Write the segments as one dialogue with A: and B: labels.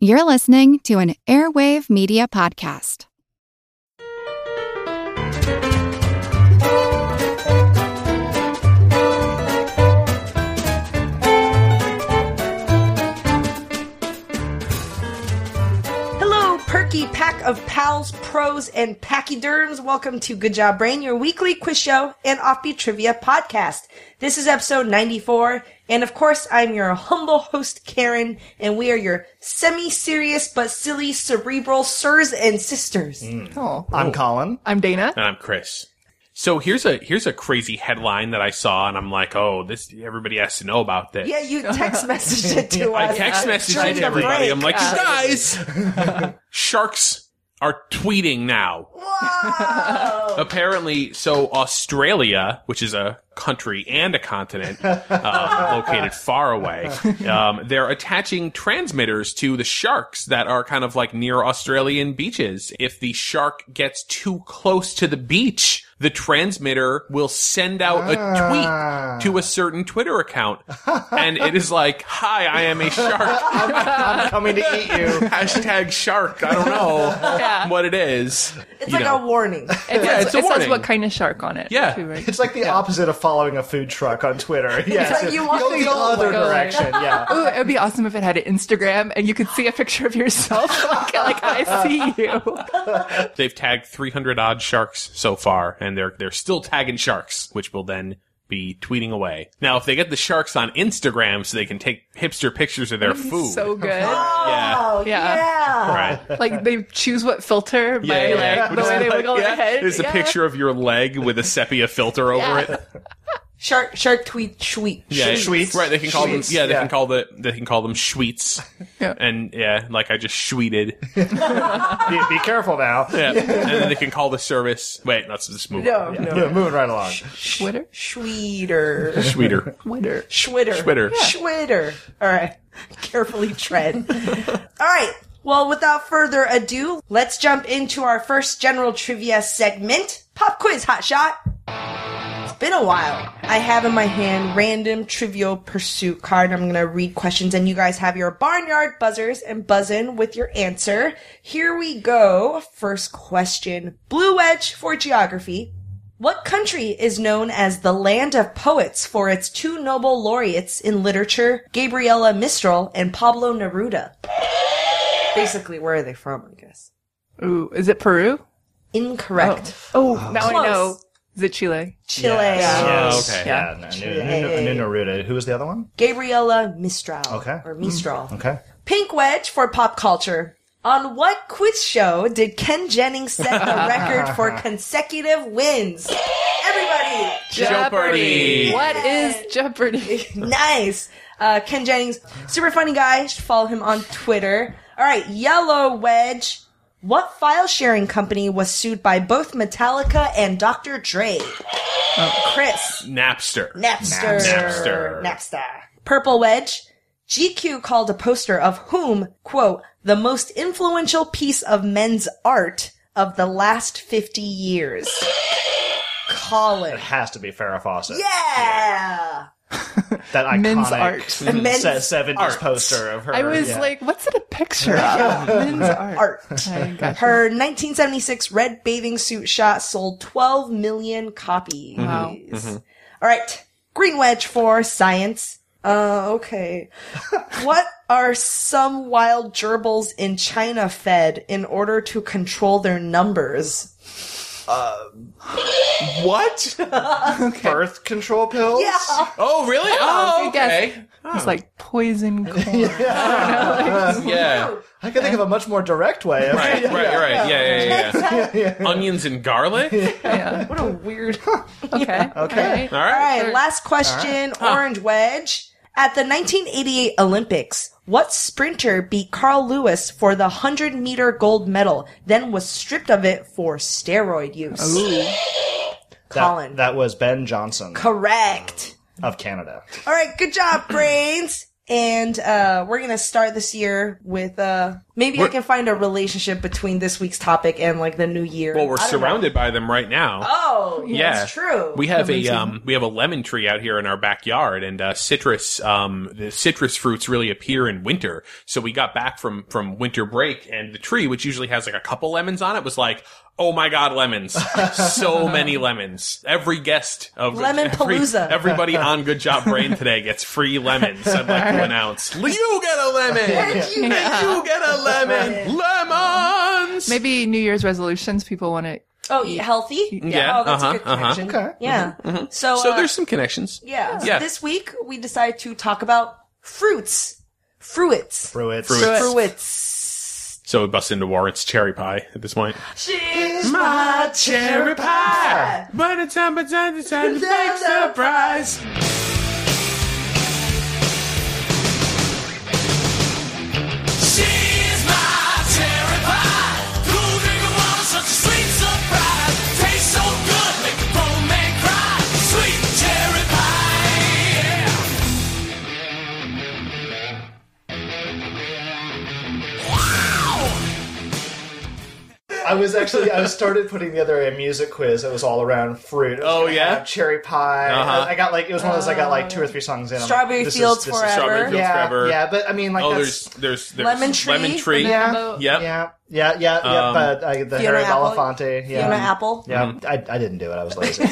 A: You're listening to an Airwave Media Podcast.
B: Hello, perky pack of pals, pros, and pachyderms. Welcome to Good Job Brain, your weekly quiz show and offbeat trivia podcast. This is episode 94, and of course, I'm your humble host, Karen, and we are your semi-serious but silly cerebral sirs and sisters.
C: Mm.
D: Oh,
E: I'm Colin.
D: I'm Dana.
C: And I'm Chris. So here's a here's a crazy headline that I saw, and I'm like, oh, this everybody has to know about this.
B: Yeah, you text messaged it to
C: I
B: us.
C: text
B: Trying
C: messaged
B: to
C: everybody.
B: break
C: I'm like, you
B: us.
C: guys, sharks are tweeting now.
B: Whoa!
C: Apparently, so Australia, which is a country and a continent uh, located far away, um, they're attaching transmitters to the sharks that are kind of like near Australian beaches. If the shark gets too close to the beach, the transmitter will send out a tweet to a certain Twitter account, and it is like, "Hi, I am a shark."
E: I'm coming to eat you.
C: Hashtag shark. I don't know
D: Yeah.
C: what it is.
B: It's
C: you
B: like
C: know.
B: a warning.
C: Yeah,
D: It, says,
C: it's a
D: it says
C: warning.
D: what kind of shark on it.
C: Yeah.
D: too, right?
E: It's like the opposite of following a food truck on Twitter. Yes,
B: like you want
E: go
B: to
E: the
B: go
E: other
B: away.
E: direction. Yeah.
D: Ooh, Oh, it would be awesome if it had an Instagram and you could see a picture of yourself. like, like, I see you.
C: They've tagged 300 odd sharks so far, and they're they're still tagging sharks, which will then be tweeting away. Now, if they get the sharks on Instagram, so they can take hipster pictures of their food,
D: So good.
C: yeah,
B: Oh,
D: Yeah.
B: yeah.
C: right.
D: Like they choose what filter by
C: Yeah, yeah, yeah.
D: like the way they wiggle
C: Yeah,
D: their head.
C: There's
D: Yeah.
C: a picture of your leg with a sepia filter over
D: Yeah.
C: it.
B: Shark, shark tweet, tweet.
C: Yeah,
E: Sweets.
C: right. They can call
E: Sweets,
C: them. Yeah, they
E: yeah.
C: can call the they can call them sweets.
D: Yeah.
C: And yeah, like I just sweeted.
E: Be, be careful now.
C: Yeah. and then they can call the service. Wait, let's just move.
B: No,
C: on.
B: no.
E: Yeah, moving right along.
D: Twitter.
B: Sweeter.
C: Sweeter.
D: Twitter.
B: Schwitter.
C: Schwitter. Yeah.
B: Schwitter. All right. Carefully tread. All right. Well, without further ado, let's jump into our first general trivia segment Pop Quiz Hot Shot. It's been a while. I have in my hand random trivial pursuit card. I'm going to read questions and you guys have your barnyard buzzers and buzz in with your answer. Here we go. First question. Blue Edge for geography. What country is known as the land of poets for its two Nobel laureates in literature, Gabriela Mistral and Pablo Neruda? Basically, where are they from, I guess?
D: Ooh, is it Peru?
B: Incorrect.
D: Oh, now I
B: Close.
D: know. Is it Chile?
B: Chile.
E: Yes.
C: Oh, okay.
E: Yeah. no, I knew- I knew- I knew Naruto. Who was the other one?
B: Gabriela Mistral.
E: Okay. Mm.
B: Or Mistral.
E: Okay.
B: Pink wedge for pop culture. On what quiz show did Ken Jennings set the record for consecutive wins? Everybody!
C: Jeopardy.
D: What is Jeopardy?
B: nice. Uh, Ken Jennings, super funny guy. You should follow him on Twitter. All right, Yellow Wedge. What file sharing company was sued by both Metallica and Dr. Dre? Chris.
C: Napster.
B: Napster.
C: Napster.
B: Napster. Purple Wedge. GQ called a poster of whom, quote, the most influential piece of men's art of the last 50 years. Colin.
E: It has to be Farrah Fawcett.
B: Yeah.
E: That iconic
D: Men's art.
B: Men's
E: se- 70s
B: art.
E: poster of her.
D: I was
E: yeah.
D: like, what's it a picture of? Men's art.
B: Art.
D: I got
B: Her 1976 red bathing suit shot sold 12 million copies.
D: Mm-hmm.
B: Mm-hmm.
D: Wow.
B: All right, green wedge for science. Uh, okay. what are some wild gerbils in China fed in order to control their numbers?
C: What?
E: birth control pills?
B: Yeah.
C: Oh, really? Oh,
D: good guess.
C: okay.
D: It's like poison corn.
C: Yeah.
E: I can think of a much more direct way. Of,
C: Right, right, right. Yeah, yeah, yeah. yeah. Onions and garlic?
D: Yeah.
B: What a weird.
D: Okay. Okay.
C: All right.
B: All right, last question, Orange Wedge. At the 1988 Olympics, what sprinter beat Carl Lewis for the 100 meter gold medal, then was stripped of it for steroid use?
E: That,
B: Colin.
E: That was Ben Johnson
B: Correct.
E: of Canada.
B: All right, good job, brains. And uh, we're going to start this year with uh, maybe I
C: We're-
B: can find a relationship between this week's topic and like the new year.
C: Well,
B: I
C: we're
B: don't know.
C: surrounded by them right now.
B: Oh,
C: yeah,
B: yeah, that's true.
C: We have a um, we have a lemon tree out here in our backyard, and uh, citrus um, the citrus fruits really appear in winter. So we got back from from winter break, and the tree, which usually has like a couple lemons on it, was like, oh my god, lemons! so many lemons. Every guest of
B: Lemon
C: every-
B: palooza.
C: everybody on Good Job Brain today gets free lemons. I'd like to announce, you get a lemon.
B: Thank you.
C: You get a lemon. Lemons.
D: Maybe New Year's resolutions. People want to.
B: Oh, eat healthy. Yeah,
C: Yeah,
B: oh, that's
C: uh-huh,
B: a good
C: uh-huh. Mm-hmm.
B: connection.
E: Okay.
B: Yeah. So,
C: So
B: uh,
C: there's some connections.
B: yeah. So
C: Yeah.
B: This week we decided to talk about fruits, fruits,
E: Fruits.
C: Fruits.
B: fruits.
C: So we bust into Warren's cherry pie at this point.
B: She's my
C: cherry pie. By the time, by the time, the time, the big surprise.
F: She's my cherry pie. Cool drinking water, such a sweet surprise. Tastes so good, make a grown man cry. Sweet cherry pie. yeah.
E: I was actually I started putting together a music quiz that was all around fruit. It was
C: Oh,
E: gonna
C: yeah?
E: have cherry pie.
C: Uh-huh.
E: I got like it was one of those I got like two or three songs in. I'm like,
B: Um, Strawberry
E: this is-
B: fields
E: this is-
B: forever.
C: Strawberry Fields
E: Yeah,
C: Forever.
E: yeah, but I mean like
C: Oh, there's,
E: that's
C: there's, there's
B: Lemon tree.
C: Lemon tree.
E: yeah, yeah,
C: Yep.
E: yeah, yeah, yeah.
C: Um,
E: But I, the
B: Fiona
E: Harry
B: Apple.
E: Belafonte, yeah,
B: Fiona Apple.
E: Yeah, I, I didn't do it. I was lazy.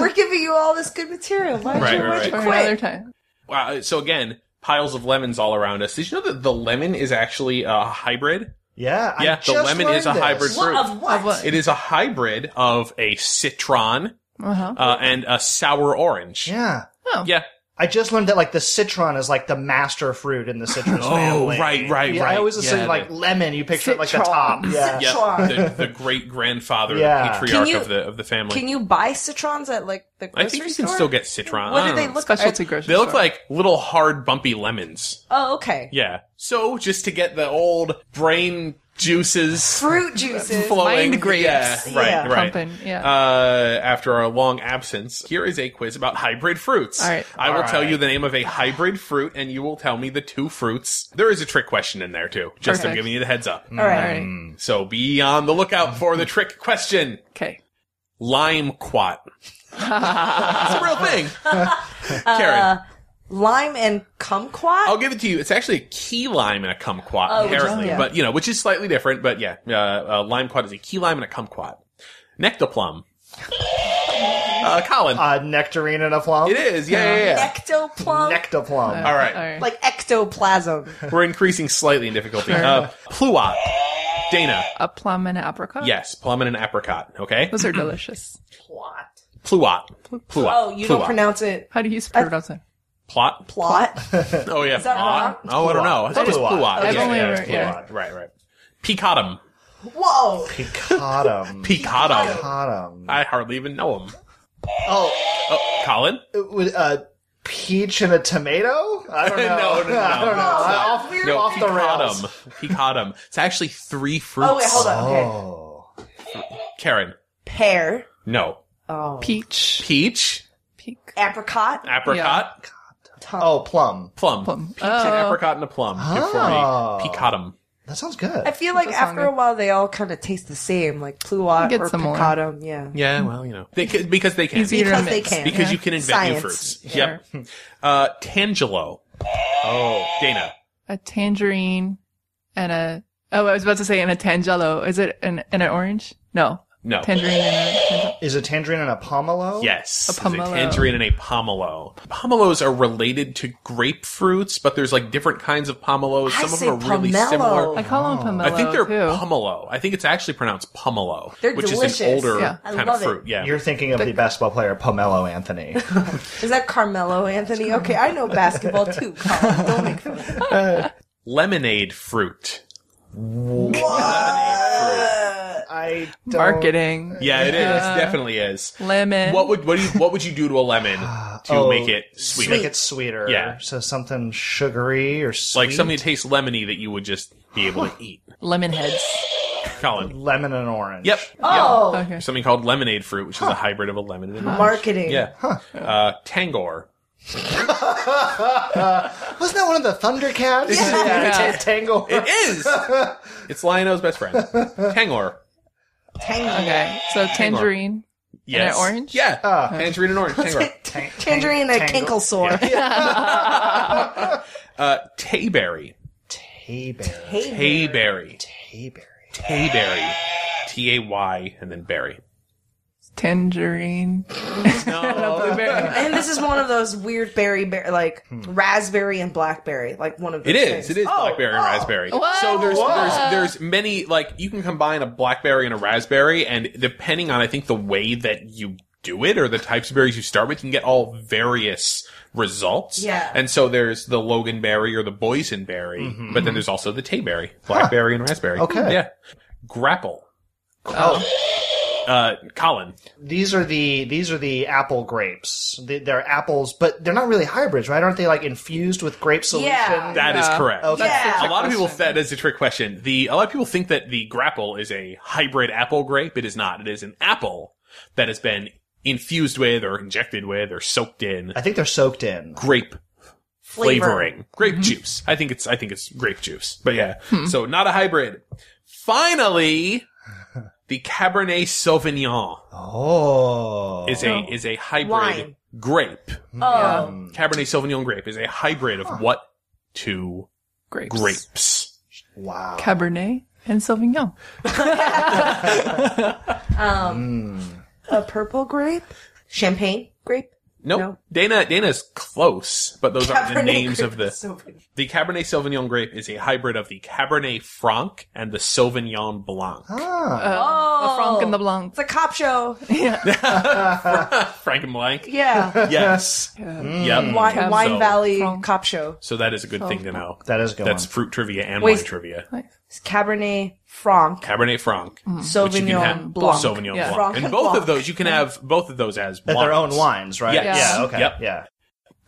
B: We're giving you all this good material. Why'd
C: Right,
B: you, why'd
C: right, right.
B: you
D: Or
B: quit?
D: another time.
C: Wow. uh, So again, piles of lemons all around us. Did you know that the lemon is actually a hybrid?
E: Yeah, I
C: Yeah, the
E: just
C: lemon is
E: learned
C: a hybrid
E: this.
C: fruit.
B: What of what?
D: Of what?
C: It is a hybrid of a citron
D: Uh-huh.
C: uh, and a sour orange.
E: Yeah.
C: Yeah.
E: I just learned that like the citron is like the master fruit in the citrus
C: Oh,
E: family.
C: right, right,
E: Yeah, I
C: right.
E: always assume
C: Yeah,
E: like
C: the-
E: lemon. You picture it like the
D: Citron.
E: top. Yeah.
B: Citron.
C: Yeah, the, the great grandfather,
E: Yeah.
C: the
B: Can
C: patriarch
B: you-
C: of the of the family.
B: Can you buy citrons at like the grocery
C: I think you
B: store?
C: can still get citron.
B: What
C: I
B: do
C: don't
B: they
C: know.
B: look
D: Specialty
B: like?
D: grocery.
C: They look
D: store.
C: like little hard, bumpy lemons.
B: Oh, okay.
C: Yeah. So just to get the old brain juices
B: Fruit juices.
C: flowing.
D: Mind grapes.
C: Yeah, right,
B: Yeah.
C: right.
D: Pumping, yeah.
C: Uh, after our long absence, here is a quiz about hybrid fruits.
D: All right.
C: I will
E: All
C: tell
E: right.
C: you the name of a hybrid fruit, and you will tell me the two fruits. There is a trick question in there too. Just I'm
D: Perfect.
C: giving you the heads up. Hmm.
B: All
D: All
B: right.
D: right.
C: So be on the lookout for the trick question.
D: Okay.
C: Lime quat. it's a real thing. Karen.
B: Uh, Lime and kumquat.
C: I'll give it to you. It's actually a key lime and a kumquat,
B: Oh, which is-
C: apparently,
B: yeah.
C: but you know, which is slightly different. But yeah, uh, uh, lime quat is a key lime and a kumquat. Nectoplum. Uh, Colin,
E: Uh, nectarine and a plum.
C: it is. Uh, Yeah, yeah, yeah.
B: Ectoplum.
E: Nectoplum.
C: All right,
D: All right.
B: like ectoplasm.
C: we're increasing slightly in difficulty. Uh, pluot. Dana.
D: a plum and an apricot.
C: Yes, plum and an apricot. Okay.
D: Those are delicious.
B: Plot.
C: Pluot. Pluot.
B: Oh, you
C: Pluot.
B: don't pronounce it
D: How do you pronounce it?
C: plot.
B: plot.
C: Oh yeah.
B: that
C: Plot. Oh, I don't know. I thought it was pluot.
E: It's
D: I've
C: Yeah,
D: only
C: yeah.
D: ever-
E: it's
D: yeah.
E: pluot.
C: Right, right. Picotum.
B: Whoa.
E: Picotum.
C: Picotum.
E: Picotum.
C: I hardly even know him.
E: Oh,
C: Oh, Colin.
E: it was, uh, peach and a tomato? I don't know.
C: No, no, no,
E: I don't know.
C: no.
E: I-
B: Off,
E: off-
C: No,
E: off the rails.
C: picotum. Picotum. It's actually three fruits.
B: Oh wait, hold on. Okay.
E: Oh.
C: Karen.
B: Pear.
C: No.
B: Oh.
D: Peach.
C: Peach,
D: Peach.
B: Apricot.
C: apricot,
E: Oh, plum.
C: plum.
D: Plum.
C: Peach, an
D: Oh.
C: apricot, and a plum. Good for
E: Oh.
C: me. Picotum.
E: That sounds good.
B: I feel like
D: That sounds
B: after a while they all kind of taste the same, like pluot
D: Get
B: or
D: some more.
B: picotum. Yeah.
C: Yeah, well, you know. They, can- because they can.
D: Easier to
B: Because they
D: mix.
B: can.
C: Because
D: Yeah.
C: you can invent new
B: Science.
C: fruits. Yep. Uh, tangelo. Oh. Dana.
D: A tangerine and a. Oh, I was about to say and a tangelo. Is it an and an orange? No.
C: No.
D: Tangerine and a. Tangelo.
E: Is a tangerine and a pomelo?
C: Yes,
D: A
C: it's
D: pomelo.
C: tangerine and a pomelo. Pomelos are related to grapefruits, but there's like different kinds of pomelos.
B: I
C: Some of
B: say
C: them are really
B: pomelo.
C: similar.
D: I call them pomelo
C: I think they're
D: too.
C: pomelo. I think it's actually pronounced pomelo,
B: They're
C: which is
B: delicious.
C: an older
D: Yeah.
B: I
C: kind of
B: love it.
C: fruit. Yeah.
E: You're thinking of the basketball player Pomelo Anthony.
B: Is that Carmelo Anthony? Okay, I know basketball too. Colin. Don't make fun. of me.
C: lemonade fruit.
E: I don't...
D: Marketing.
C: Yeah, it is. Definitely is.
D: Lemon.
C: What would what do you, what would you do to a lemon to
E: Oh,
C: make it sweeter?
E: Make it sweeter.
C: Yeah.
E: So something sugary or sweet.
C: like something that tastes lemony that you would just be able to eat.
D: Lemon heads.
C: Colin.
E: lemon and orange.
C: Yep.
B: Oh,
D: Okay.
C: Something called lemonade fruit, which is a hybrid of a lemon and an orange.
B: marketing.
C: Yeah. Uh, tangor.
E: Wasn't that one of the Thundercats?
C: Yeah.
E: Ta- Tangle.
C: It is. it's Lionel's best friend, Tangor.
B: Tangy.
D: Okay. So tangerine.
C: Yes.
D: an orange?
C: Yeah. Tangerine and orange. Tangor.
E: Tang-
B: Tangerine and a
E: Tangle.
B: kinkle sore.
C: Uh, Tayberry.
E: Tayberry.
C: Tayberry.
E: Tayberry.
C: Tayberry. T A Y and then berry.
D: Tangerine.
C: No.
D: Blueberry.
B: And this is one of those weird berry, bear, like
D: Hmm.
B: raspberry and blackberry, like one of those
C: It is.
B: things. Oh,
C: It is
E: Oh,
C: blackberry and raspberry.
D: What?
C: So there's
E: Whoa.
C: there's there's many like you can combine a blackberry and a raspberry, and depending on I think the way that you do it or the types of berries you start with, you can get all various results.
B: Yeah.
C: And so there's the Loganberry or the boysenberry, but then there's also the Tayberry, blackberry and raspberry.
E: Mm-hmm. Okay.
C: Yeah. Grapple.
E: Oh,
C: Uh, Colin.
E: these are the these are the apple grapes. They, they're apples, but they're not really hybrids, right? Aren't they like infused with grape solution?
B: Yeah.
C: That is
D: Yeah.
C: correct.
E: Okay.
B: Yeah.
C: Oh, A lot of people that is a trick question. The a lot of people think that the grapple is a hybrid apple grape. It is not. It is an apple that has been infused with or injected with or soaked in
E: I think they're soaked in.
C: grape
B: Flavor.
C: flavoring. Grape juice. I think it's I think it's grape juice. But yeah. So not a hybrid. Finally, the Cabernet Sauvignon
E: Oh,
C: is a is a hybrid
B: Wine.
C: grape.
B: Oh,
C: Cabernet Sauvignon grape is a hybrid of what two
D: Grapes.
C: grapes?
E: wow.
D: Cabernet and Sauvignon.
B: a purple grape, champagne grape.
C: Nope.
B: No.
C: Dana Dana's close, but those aren't the
B: Cabernet
C: names
B: grape
C: of the
B: is so good.
C: The Cabernet Sauvignon grape is a hybrid of the Cabernet Franc and the Sauvignon Blanc.
E: Ah.
D: The Franc and the Blanc.
B: It's a cop show.
C: Franc and Blanc?
B: Yeah,
C: Yes.
B: Wine,
C: Yep.
B: Wine
C: So-
B: Valley cop show.
C: So that is a good thing
B: Oh.
C: to know.
E: That is a good
C: That's
E: one.
C: fruit trivia and wine trivia.
B: It's Cabernet Franc,
C: Cabernet Franc.
B: Mm-hmm. Sauvignon
C: Which you can have
B: Blanc.
C: Sauvignon
D: Yeah.
C: Blanc.
B: Franc
C: and
B: and
C: both
B: Blanc.
C: of those you can have both of those as
E: That their own
C: wines.
E: wines, right?
C: Yes.
E: Yeah. Okay.
C: Yep.
E: Yeah.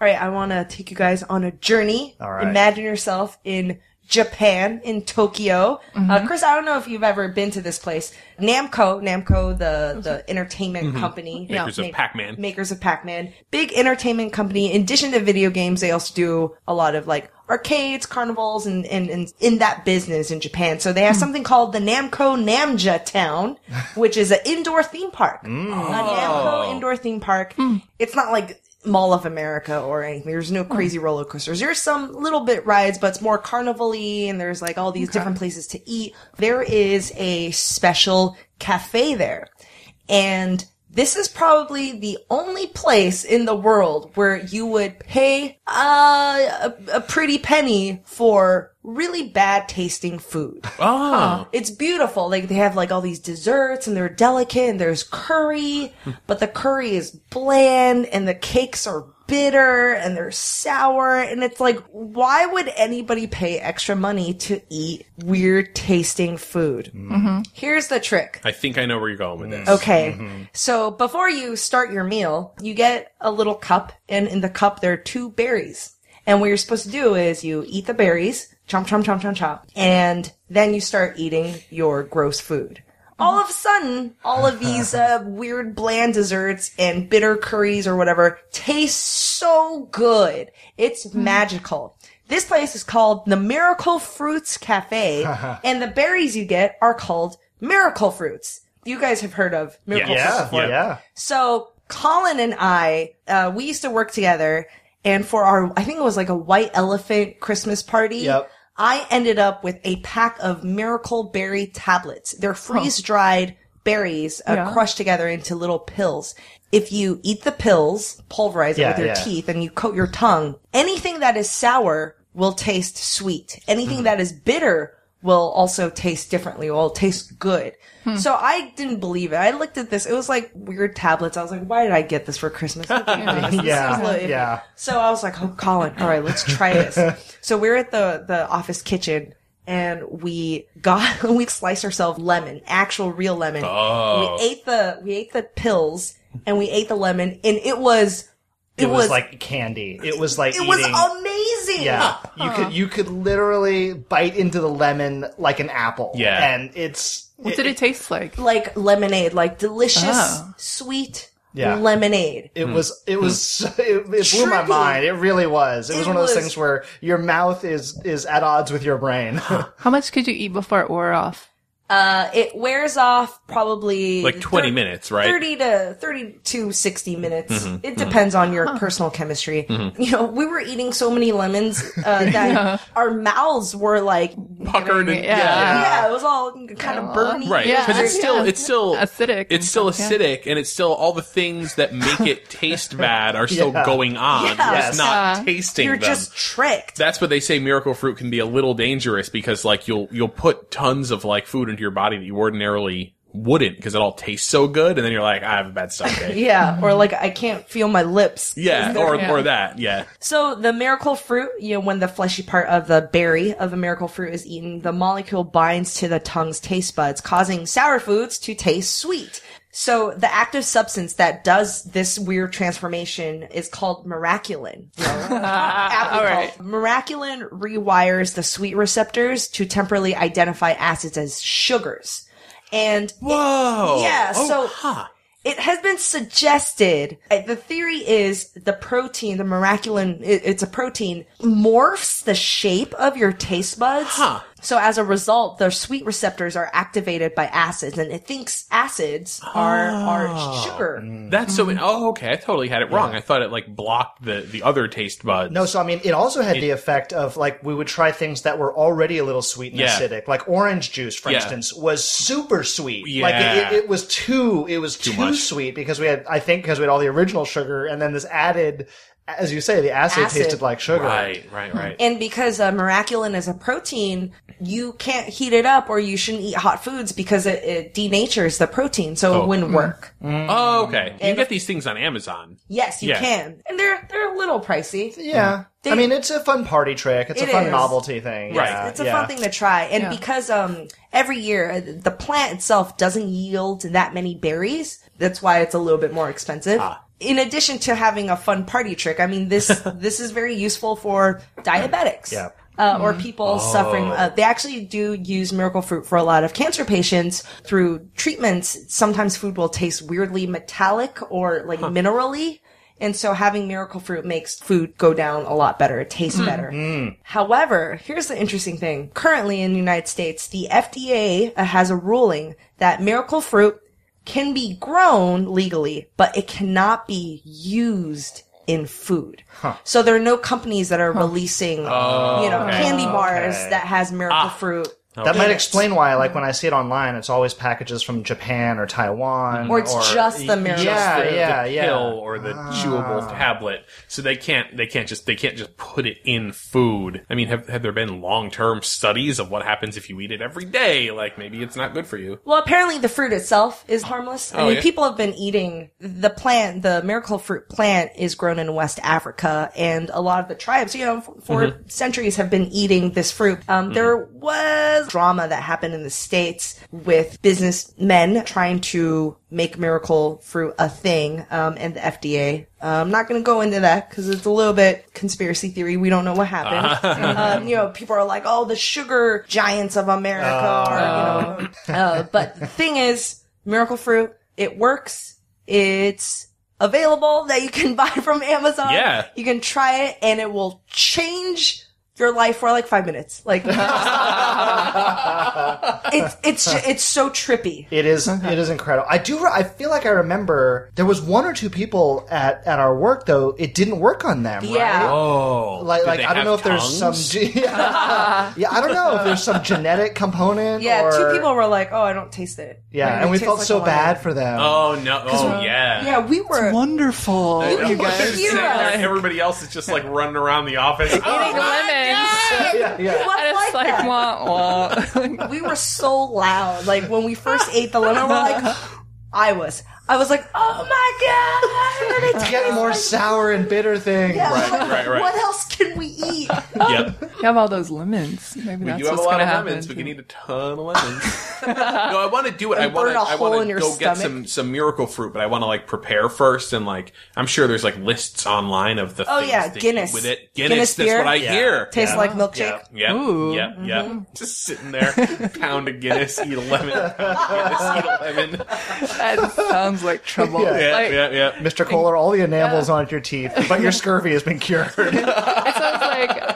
B: All right, I want to take you guys on a journey.
E: All right.
B: Imagine yourself in Japan, in Tokyo. Uh, Chris, I don't know if you've ever been to this place. Namco, Namco, the, the entertainment company.
C: Mm-hmm. Makers of Pac-Man.
B: Makers of Pac-Man. Big entertainment company. In addition to video games, they also do a lot of like arcades, carnivals, and, and, and in that business in Japan. So they have something called the Namco Namja Town, which is an indoor theme park. A Namco indoor theme park. It's not like Mall of America or anything. There's no crazy roller coasters. There's some little bit rides, but it's more carnival-y and there's like all these different places to eat. There is a special cafe there. And this is probably the only place in the world where you would pay uh, a, a pretty penny for really bad tasting food.
C: Oh.
B: It's beautiful. Like they have like all these desserts and they're delicate and there's curry, but the curry is bland and the cakes are bitter and they're sour and it's like why would anybody pay extra money to eat weird tasting food? Here's the trick.
C: I think I know where you're going with this.
B: Okay. So before you start your meal, you get a little cup, and in the cup there are two berries. And what you're supposed to do is you eat the berries, chomp, chomp, chomp, chomp, chomp, and then you start eating your gross food. All of a sudden, all of these uh, weird bland desserts and bitter curries or whatever taste so good. It's magical. This place is called the Miracle Fruits Cafe, and the berries you get are called Miracle Fruits. You guys have heard of Miracle
C: Yeah.
B: Fruits.
E: Yeah.
C: Yeah.
E: Yeah.
B: So Colin and I, uh, we used to work together, and for our, I think it was like a white elephant Christmas party.
E: Yep.
B: I ended up with a pack of miracle berry tablets. They're freeze dried berries uh,
D: Yeah.
B: crushed together into little pills. If you eat the pills, pulverize it
E: Yeah,
B: with your
E: yeah.
B: teeth, and you coat your tongue, anything that is sour will taste sweet.
E: Mm-hmm.
B: Anything that is bitter will also taste differently, will taste good.
E: Hmm.
B: So I didn't believe it. I looked at this. It was like weird tablets. I was like, why did I get this for Christmas?
E: Yeah.
B: Absolutely.
E: Yeah.
B: So I was like, oh, Colin, all right, let's try this. so we're at the, the office kitchen and we got, we sliced ourselves lemon, actual real lemon.
E: Oh.
B: We ate the, we ate the pills and we ate the lemon and it was,
E: It, was, like candy. It was like
B: it
E: eating.
B: was amazing.
E: yeah, you could you could literally bite into the lemon like an apple.
C: Yeah.
E: and it's
D: What did it taste like?
B: Like lemonade, like delicious,
D: Oh.
B: sweet,
E: Yeah.
B: lemonade.
C: Hmm.
E: It was, it was, it, it blew my
B: Trippy.
E: mind. It really was. It, was
B: It
E: one of those
B: was-
E: things where your mouth is, is at odds with your brain.
D: How much could you eat before it wore off?
B: Uh, it wears off probably
C: Like 20
B: thir-
C: minutes, right? Mm-hmm,
B: 30 to 30 to 60 minutes. It depends on your personal chemistry. You know, we were eating so many lemons uh, that our mouths were like,
C: Puckered and,
D: Yeah.
C: yeah.
B: yeah, it was all kind of burning.
C: Right,
D: Yeah.
C: because it's still
D: Yeah.
C: it's still
D: Acidic and
C: It's still
D: stuff, yeah.
C: acidic, and it's still all the things that make it taste bad are still
E: Yeah.
C: going on.
B: Yeah.
C: You're just
E: Yes.
C: not
D: Yeah.
C: tasting
B: You're
C: them.
B: just tricked.
C: That's what they say. Miracle fruit can be a little dangerous because like you'll you'll put tons of like food into your body that you ordinarily wouldn't because it all tastes so good, and then you're like, I have a bad stomach. ache."
B: Yeah, or like I can't feel my lips.
C: Yeah, or
D: Yeah.
C: or that. Yeah,
B: So the miracle fruit, you know, when the fleshy part of the berry of a miracle fruit is eaten, the molecule binds to the tongue's taste buds, causing sour foods to taste sweet. So the active substance that does this weird transformation is called miraculin. You know, aptly
D: all right.
B: called. Miraculin rewires the sweet receptors to temporarily identify acids as sugars. And
C: Whoa.
B: Yeah,
C: Oh,
B: so-
C: huh.
B: it has been suggested uh, the theory is the protein the miraculin it, it's a protein morphs the shape of your taste buds
C: Huh.
B: so as a result their sweet receptors are activated by acids and it thinks acids are are
C: Oh.
B: sugar
C: That's so.
D: Mm-hmm.
C: Oh, okay. I totally had it wrong. I thought it like blocked the the other taste buds.
E: No, so I mean, it also had the effect of like we would try things that were already a little sweet and
C: Yeah.
E: acidic, like orange juice, for
C: Yeah.
E: instance, was super sweet. Like
C: Yeah.
E: it, it, it was too, it was too,
C: much.
E: sweet because we had, I think, because we had all the original sugar and then this added, as you say, the acid,
B: Acid.
E: tasted like sugar.
C: Right. Right. Right.
B: and because uh, miraculin is a protein you can't heat it up or you shouldn't eat hot foods because it, it denatures the protein so
C: Oh.
B: it wouldn't work
C: oh, okay. You
B: And-
C: get these things on Amazon.
B: yes you
C: Yeah.
B: can and they're they're a little pricey
E: Yeah. I mean, it's a fun party trick. It's
B: It
E: a fun
B: is.
E: novelty thing.
C: Right.
E: Yeah,
B: it's a
E: yeah.
B: fun thing to try and
D: Yeah.
B: because um every year uh, the plant itself doesn't yield that many berries that's why it's a little bit more expensive
E: Ah.
B: in addition to having a fun party trick i mean this this is very useful for diabetics
E: Yeah. Oh.
B: uh, or people suffering uh, they actually do use miracle fruit for a lot of cancer patients through treatments sometimes food will taste weirdly metallic or like minerally and so having miracle fruit makes food go down a lot better. It tastes better.
E: Hmm.
B: However, here's the interesting thing. Currently in the United States, the FDA has a ruling that miracle fruit can be grown legally, but it cannot be used in food. So there are no companies that are releasing, you know, candy bars
E: Oh, Okay. Ah.
B: that has miracle fruit.
E: That might
B: Okay.
E: explain why, like, when I see it online, it's always packages from Japan or Taiwan.
B: Or it's just the
E: Yeah,
B: miracle
E: yeah,
C: the,
E: Ah, yeah. Ah.
C: the pill or the chewable tablet. So they can't they can't just they can't just put it in food. I mean, have have there been long term studies of what happens if you eat it every day? Like maybe it's not good for you.
B: Well, apparently the fruit itself is harmless. I
C: Oh,
B: mean,
C: yeah.
B: people have been eating the plant. The miracle fruit plant is grown in West Africa, and a lot of the tribes, you know, for, for
C: Mm-hmm.
B: centuries have been eating this fruit. Um, There was drama that happened in the states with businessmen trying to make miracle fruit a thing, um, and the FDA. Uh, I'm not going to go into that because it's a little bit conspiracy theory. We don't know what happened. um, you know, people are like, "Oh, the sugar giants of America," are, you know, uh, but the thing is, miracle fruit, it works. It's available that you can buy from Amazon.
C: Yeah.
B: You can try it and it will change your life for like five minutes. Like, it's, it's, ju- it's so trippy.
E: It is. It is incredible. I do. re- I feel like I remember there was one or two people at at our work though. It didn't work on them.
B: Yeah.
E: Right?
C: Oh,
E: Like, like I don't know if there's some. ge- yeah. yeah, I don't know if there's some genetic component.
B: Yeah.
E: or-
B: two people were like, oh, I don't taste it.
E: Yeah,
B: It
E: and we
B: tastes
E: felt
B: like
E: so
B: a
E: bad
B: lemon.
E: for them.
C: Oh no! Oh yeah.
B: Yeah. We were.
G: Wonderful.
C: You guys
B: hear
C: sitting there,
B: us.
C: everybody else is just like running around the office.
D: Eating
C: Oh,
D: lemons.
E: Yeah,
B: It
E: yeah.
B: was
D: And
B: like
D: it's like,
B: that.
D: wah, wah.
B: we were so loud. Like when we first ate the lemon, we're like, I was. I was like, oh my god, it
E: Get more sour and bitter things.
B: Yeah,
C: Right,
B: like,
C: right, right.
B: What else can we eat.
C: Yep.
D: You have all those lemons. Maybe
C: We
D: that's
C: do have a
D: what's
C: lot
D: gonna
C: of
D: happen.
C: lemons. We
D: too.
C: can eat a ton of lemons. no, I want to do it. I
B: And
C: want
B: burn
C: to.
B: a
C: I
B: hole
C: want
B: in
C: to
B: your
C: go get
B: stomach.
C: some some miracle fruit, but I want to like prepare first and like I'm sure there's like lists online of the.
B: Oh,
C: things
B: yeah,
C: to eat
B: Guinness.
C: with it. Guinness.
B: Guinness
C: that's
B: beer.
C: what I
E: Yeah.
C: hear.
B: Tastes
C: yeah.
B: like milkshake.
E: Yeah.
C: Yep.
D: Ooh.
C: Yep. Yep. Just sitting there, pound a Guinness, eat a lemon. Guinness, eat a lemon.
D: That sounds like trouble.
C: Yeah.
D: Like,
C: yeah. Yeah.
E: Mr. Kohler, all the enamel's on your teeth, but your scurvy has been cured.
D: It sounds like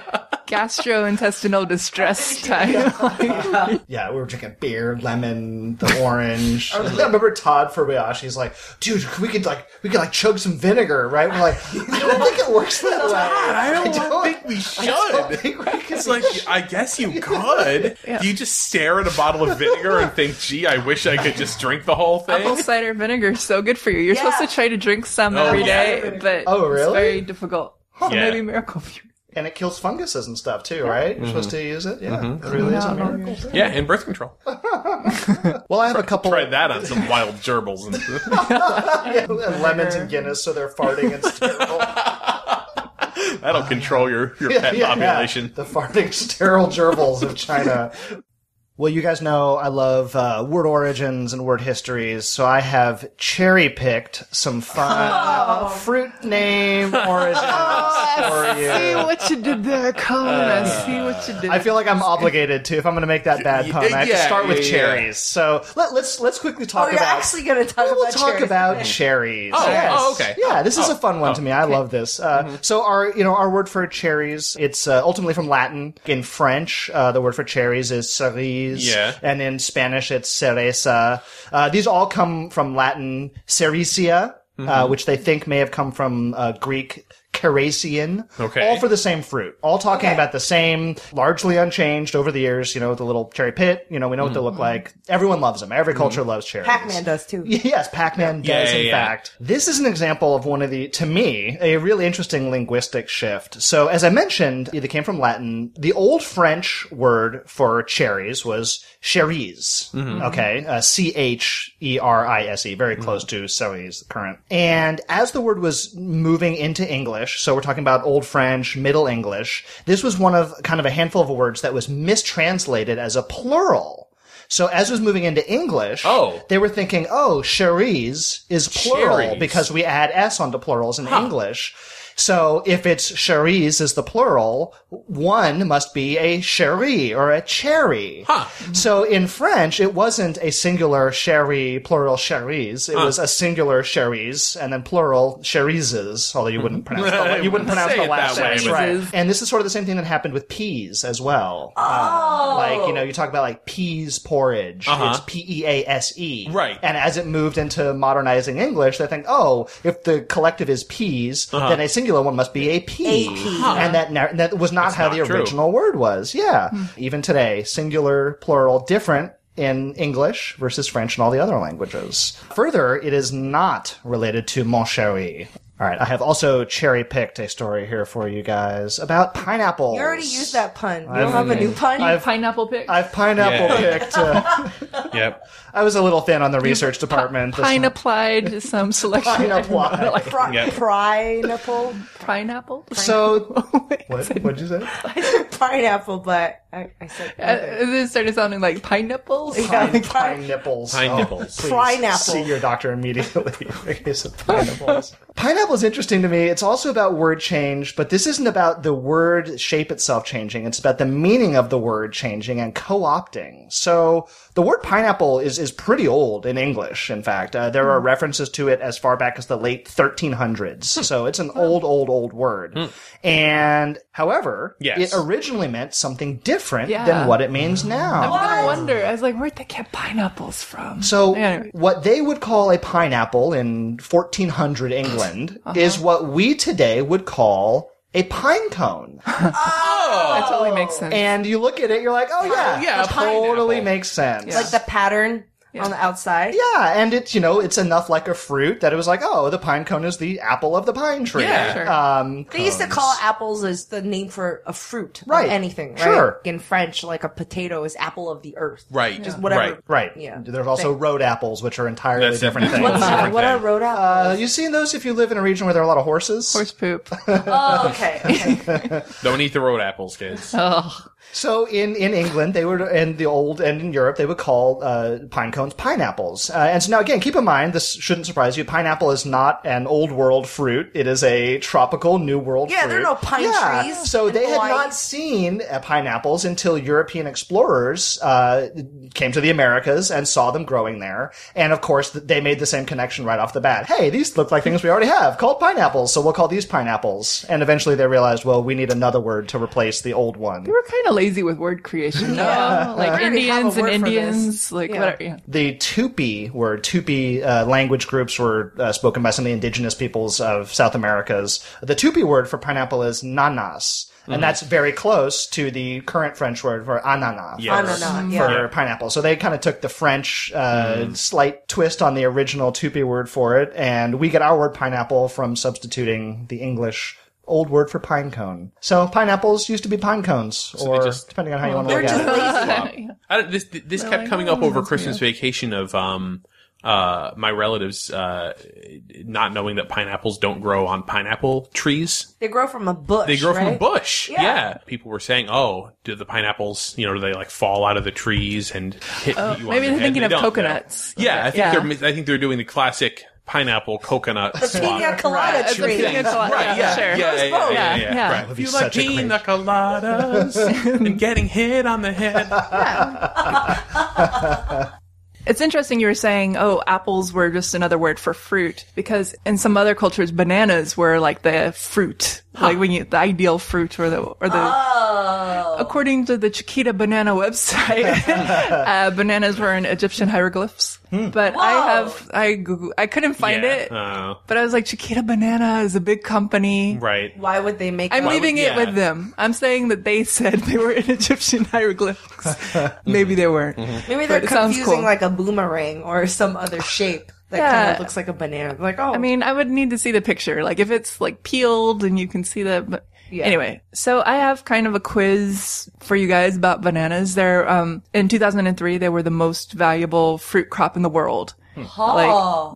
D: gastrointestinal distress type.
E: yeah, we were drinking beer, lemon, the orange. I remember Todd Fabiash, he's like, dude, we could like we could like chug some vinegar, right? We're like, I don't think it works that way. I don't, think we should.
C: It's like I guess you could. Do you just stare at a bottle of vinegar and think, "Gee, I wish I could just drink the whole thing."
D: Apple cider vinegar is so good for you. You're
B: Yeah.
D: supposed to try to drink some
C: Oh,
D: every
C: yeah.
D: day, but
E: Oh,
D: it's
E: really?
D: very difficult. So
C: Yeah.
D: Maybe miracle fruit.
E: and it kills funguses and stuff too, right? You're supposed to use it. Yeah, it really is a miracle.
C: Yeah, and birth control.
E: Well, I have a couple
C: Try that on some wild gerbils. And
E: Yeah, lemons and Guinness, so they're farting and sterile.
C: that'll control your, your pet
E: Yeah, yeah.
C: population.
E: The farting sterile gerbils of China. Well, you guys know I love uh, word origins and word histories, so I have cherry picked some fun fruit name origins for
D: See
E: you.
D: what you did there, Colin. I
C: Uh.
D: see what you did.
E: I feel like I'm obligated to if I'm going to make that bad pun. I have to
C: Yeah,
E: start with
C: yeah, yeah.
E: cherries. So let, let's let's quickly
B: Oh,
E: talk
B: you're
E: about
B: actually going to talk
E: we'll
B: about
E: talk
B: cherries.
E: about cherries.
C: Oh, oh, Mm-hmm. okay.
E: Yeah, this is a fun one to me. I love this. Uh, So our, you know, our word for cherries, it's uh, ultimately from Latin. In French, uh, the word for cherries is cerise.
C: Yeah.
E: And in Spanish, it's cereza. Uh, these all come from Latin cerecia,
C: Mm-hmm.
E: uh, which they think may have come from uh, Greek Caracian.
C: Okay.
E: All for the same fruit. All talking about the same, largely unchanged over the years, you know, with the little cherry pit. You know, we know what
C: Mm-hmm.
E: they look like. Everyone loves them. Every culture loves cherries.
B: Pac-Man does too.
E: Yes, Pac-Man
C: Yeah,
E: does
C: yeah,
E: in
C: yeah.
E: fact. This is an example of one of the, to me, a really interesting linguistic shift. So as I mentioned, it came from Latin. The old French word for cherries was cherise.
C: Mm-hmm.
E: Okay, uh, C H E R I S E, very close to cerise, the current. And as the word was moving into English, so we're talking about Old French, Middle English. This was one of kind of a handful of words that was mistranslated as a plural. So as it was moving into English,
C: Oh.
E: they were thinking, oh, cheries is plural
C: Cherries.
E: because we add s onto plurals in English. So if it's cheries is the plural, one must be a cherie or a cherry. So in French, it wasn't a singular cherie, plural cheries. It was a singular cheries and then plural cherises, although you wouldn't pronounce the, you wouldn't pronounce
C: Say
E: the
C: it
E: last
C: that way,
E: sentence,
C: but-
E: right? And this is sort of the same thing that happened with peas as well.
C: Ah.
E: Oh. like, you know, you talk about like peas porridge. It's P E A S E.
C: Uh-huh. Right.
E: And as it moved into modernizing English, they think, oh, if the collective is peas,
C: Uh-huh.
E: then a singular one must be a pea.
B: A pea.
E: And that, nar- that was not how
C: not
E: the
C: true.
E: original word was. Yeah.
B: Hmm.
E: Even today, singular, plural, different. In English versus French and all the other languages. Further, it is not related to mon chéri. All right, I have also cherry picked a story here for you guys about pineapples.
B: You already used that pun. You don't have a new pun?
D: pineapple pick.
E: I've pineapple
C: Yeah.
E: picked. Uh,
C: Yep.
E: I was a little thin on the research department. this
D: Pine applied some selection.
E: Pineapple.
B: Pri-
C: Yep.
B: Pineapple?
D: Pineapple.
E: So, what did you say?
B: I said pineapple, but I, I said
D: Uh, it started sounding like pineapples.
B: Yeah, pine-
E: Pine nipples.
C: Pine
E: Oh,
C: nipples.
E: please
B: Pineapple.
E: See your doctor immediately. It's pineapples. Pineapple is interesting to me. It's also about word change, but this isn't about the word shape itself changing. It's about the meaning of the word changing and co-opting. So the word pineapple is is pretty old in English. In fact, uh, there are references to it as far back as the late 1300s. So it's an old, old, old word. And however,
C: Hmm. Yes. Hmm.
E: it originally meant something different
D: Yeah.
E: than what it means now.
D: I wonder. I was like, where'd they get pineapples from?
E: So
D: Yeah.
E: what they would call a pineapple in 1400 England
D: Uh-huh.
E: is what we today would call a pine cone.
D: Oh. that totally makes sense.
E: And you look at it, you're like, oh yeah,
C: yeah,
E: that
C: a
E: totally
C: pineapple.
E: makes sense.
D: Yeah.
B: like the pattern on the outside.
E: Yeah, and it's you know it's enough like a fruit that it was like, oh, the pine cone is the apple of the pine tree.
C: Yeah.
D: Sure.
B: Uh,
E: Um,
B: They used to call apples as the name for a fruit,
E: Right.
B: right? anything, right?
E: Sure.
B: In French, like a potato is apple of the earth,
C: Right. Just
B: Whatever.
C: Right.
E: right.
B: Yeah.
E: There's also road apples, which are entirely
C: That's
E: different
C: different.
E: things.
B: What's
C: Different
B: that? What
C: thing.
B: are road apples?
E: Uh, you seen those if you live in a region where there are a lot of horses?
D: Horse poop.
E: Uh,
B: oh, okay. okay.
C: Don't eat the road apples, kids.
D: Oh,
E: So in, in England, they would, in the old, and in Europe, they would call uh, pine cones pineapples. Uh, and so now again, keep in mind, this shouldn't surprise you. Pineapple is not an old world fruit. It is a tropical new world
B: Yeah,
E: fruit.
B: there are no pine
E: Yeah.
B: trees
E: So
B: in
E: they had
B: Hawaii.
E: not seen uh, pineapples until European explorers uh, came to the Americas and saw them growing there. And of course, th- they made the same connection right off the bat. Hey, these look like things we already have called pineapples, so we'll call these pineapples. And eventually they realized, well, we need another word to replace the old one.
D: we're kind of lazy with word creation. No, like
B: already have a
D: Indians and
B: word for this.
D: Indians, like whatever. Yeah.
E: the Tupi were Tupi uh, language groups were uh, spoken by some of the indigenous peoples of South America's. The Tupi word for pineapple is nanas,
B: Mm.
E: and that's very close to the current French word for ananas
C: Yes.
B: I don't know.
E: for
B: Yeah. Mm.
E: pineapple. So they kind of took the French uh, slight twist on the original Tupi word for it, and we get our word pineapple from substituting the English. Old word for pine cone. So pineapples used to be pine cones,
C: they
E: or
C: just-
E: depending on how you want to
B: Oh, They're
E: look at
B: just
E: it.
B: lazy.
C: I don't, this this
D: I
C: kept coming
D: know
C: up over
D: that's
C: Christmas vacation of um uh my relatives uh not knowing that pineapples don't grow on pineapple trees.
B: They grow from a bush.
C: They grow from a
B: right?
C: bush.
B: Yeah.
C: Yeah. People were saying, "Oh, do the pineapples? You know, do they like fall out of the trees and hit you?" on
D: Oh, maybe
C: the
D: they're
C: head?
D: thinking
C: They
D: of
C: don't, though.
D: coconuts.
C: Yeah, I think
D: Yeah.
C: they're mis- I think they're doing the classic pineapple coconut
B: The
C: swap.
B: pina colada
D: That's a
B: tree.
D: pina colada,
C: Right, yeah,
D: sure.
C: yeah, yeah, yeah,
D: Yeah,
C: yeah,
D: yeah.
C: yeah. Right.
E: If you like Such a cringe. pina
C: coladas and getting hit on the head.
D: It's interesting you were saying, oh, apples were just another word for fruit because in some other cultures, bananas were like the fruit, like when you the ideal fruit or the or the.
B: Ah. Uh,
D: According to the Chiquita banana website, uh, bananas were in Egyptian hieroglyphs. But
B: Whoa.
D: I have I Google, I couldn't find
C: Hmm. Yeah.
D: it,
C: Oh,
D: but I was like Chiquita Banana is a big company.
C: right.
B: Why would they make?
D: I'm
B: that?
D: leaving
C: would-
D: it
C: yeah.
D: with them. I'm saying that they said they were in Egyptian hieroglyphs. Maybe they weren't.
C: Mm-hmm.
B: Maybe they're
D: But it sounds
B: confusing
D: cool.
B: like a boomerang or some other shape that kind
D: Yeah.
B: of looks like a banana. Like oh,
D: I mean, I would need to see the picture. Like if it's like peeled and you can see the. But
B: Yeah.
D: Anyway, so I have kind of a quiz for you guys about bananas. They're um in 2003 they were the most valuable fruit crop in the world.
B: oh,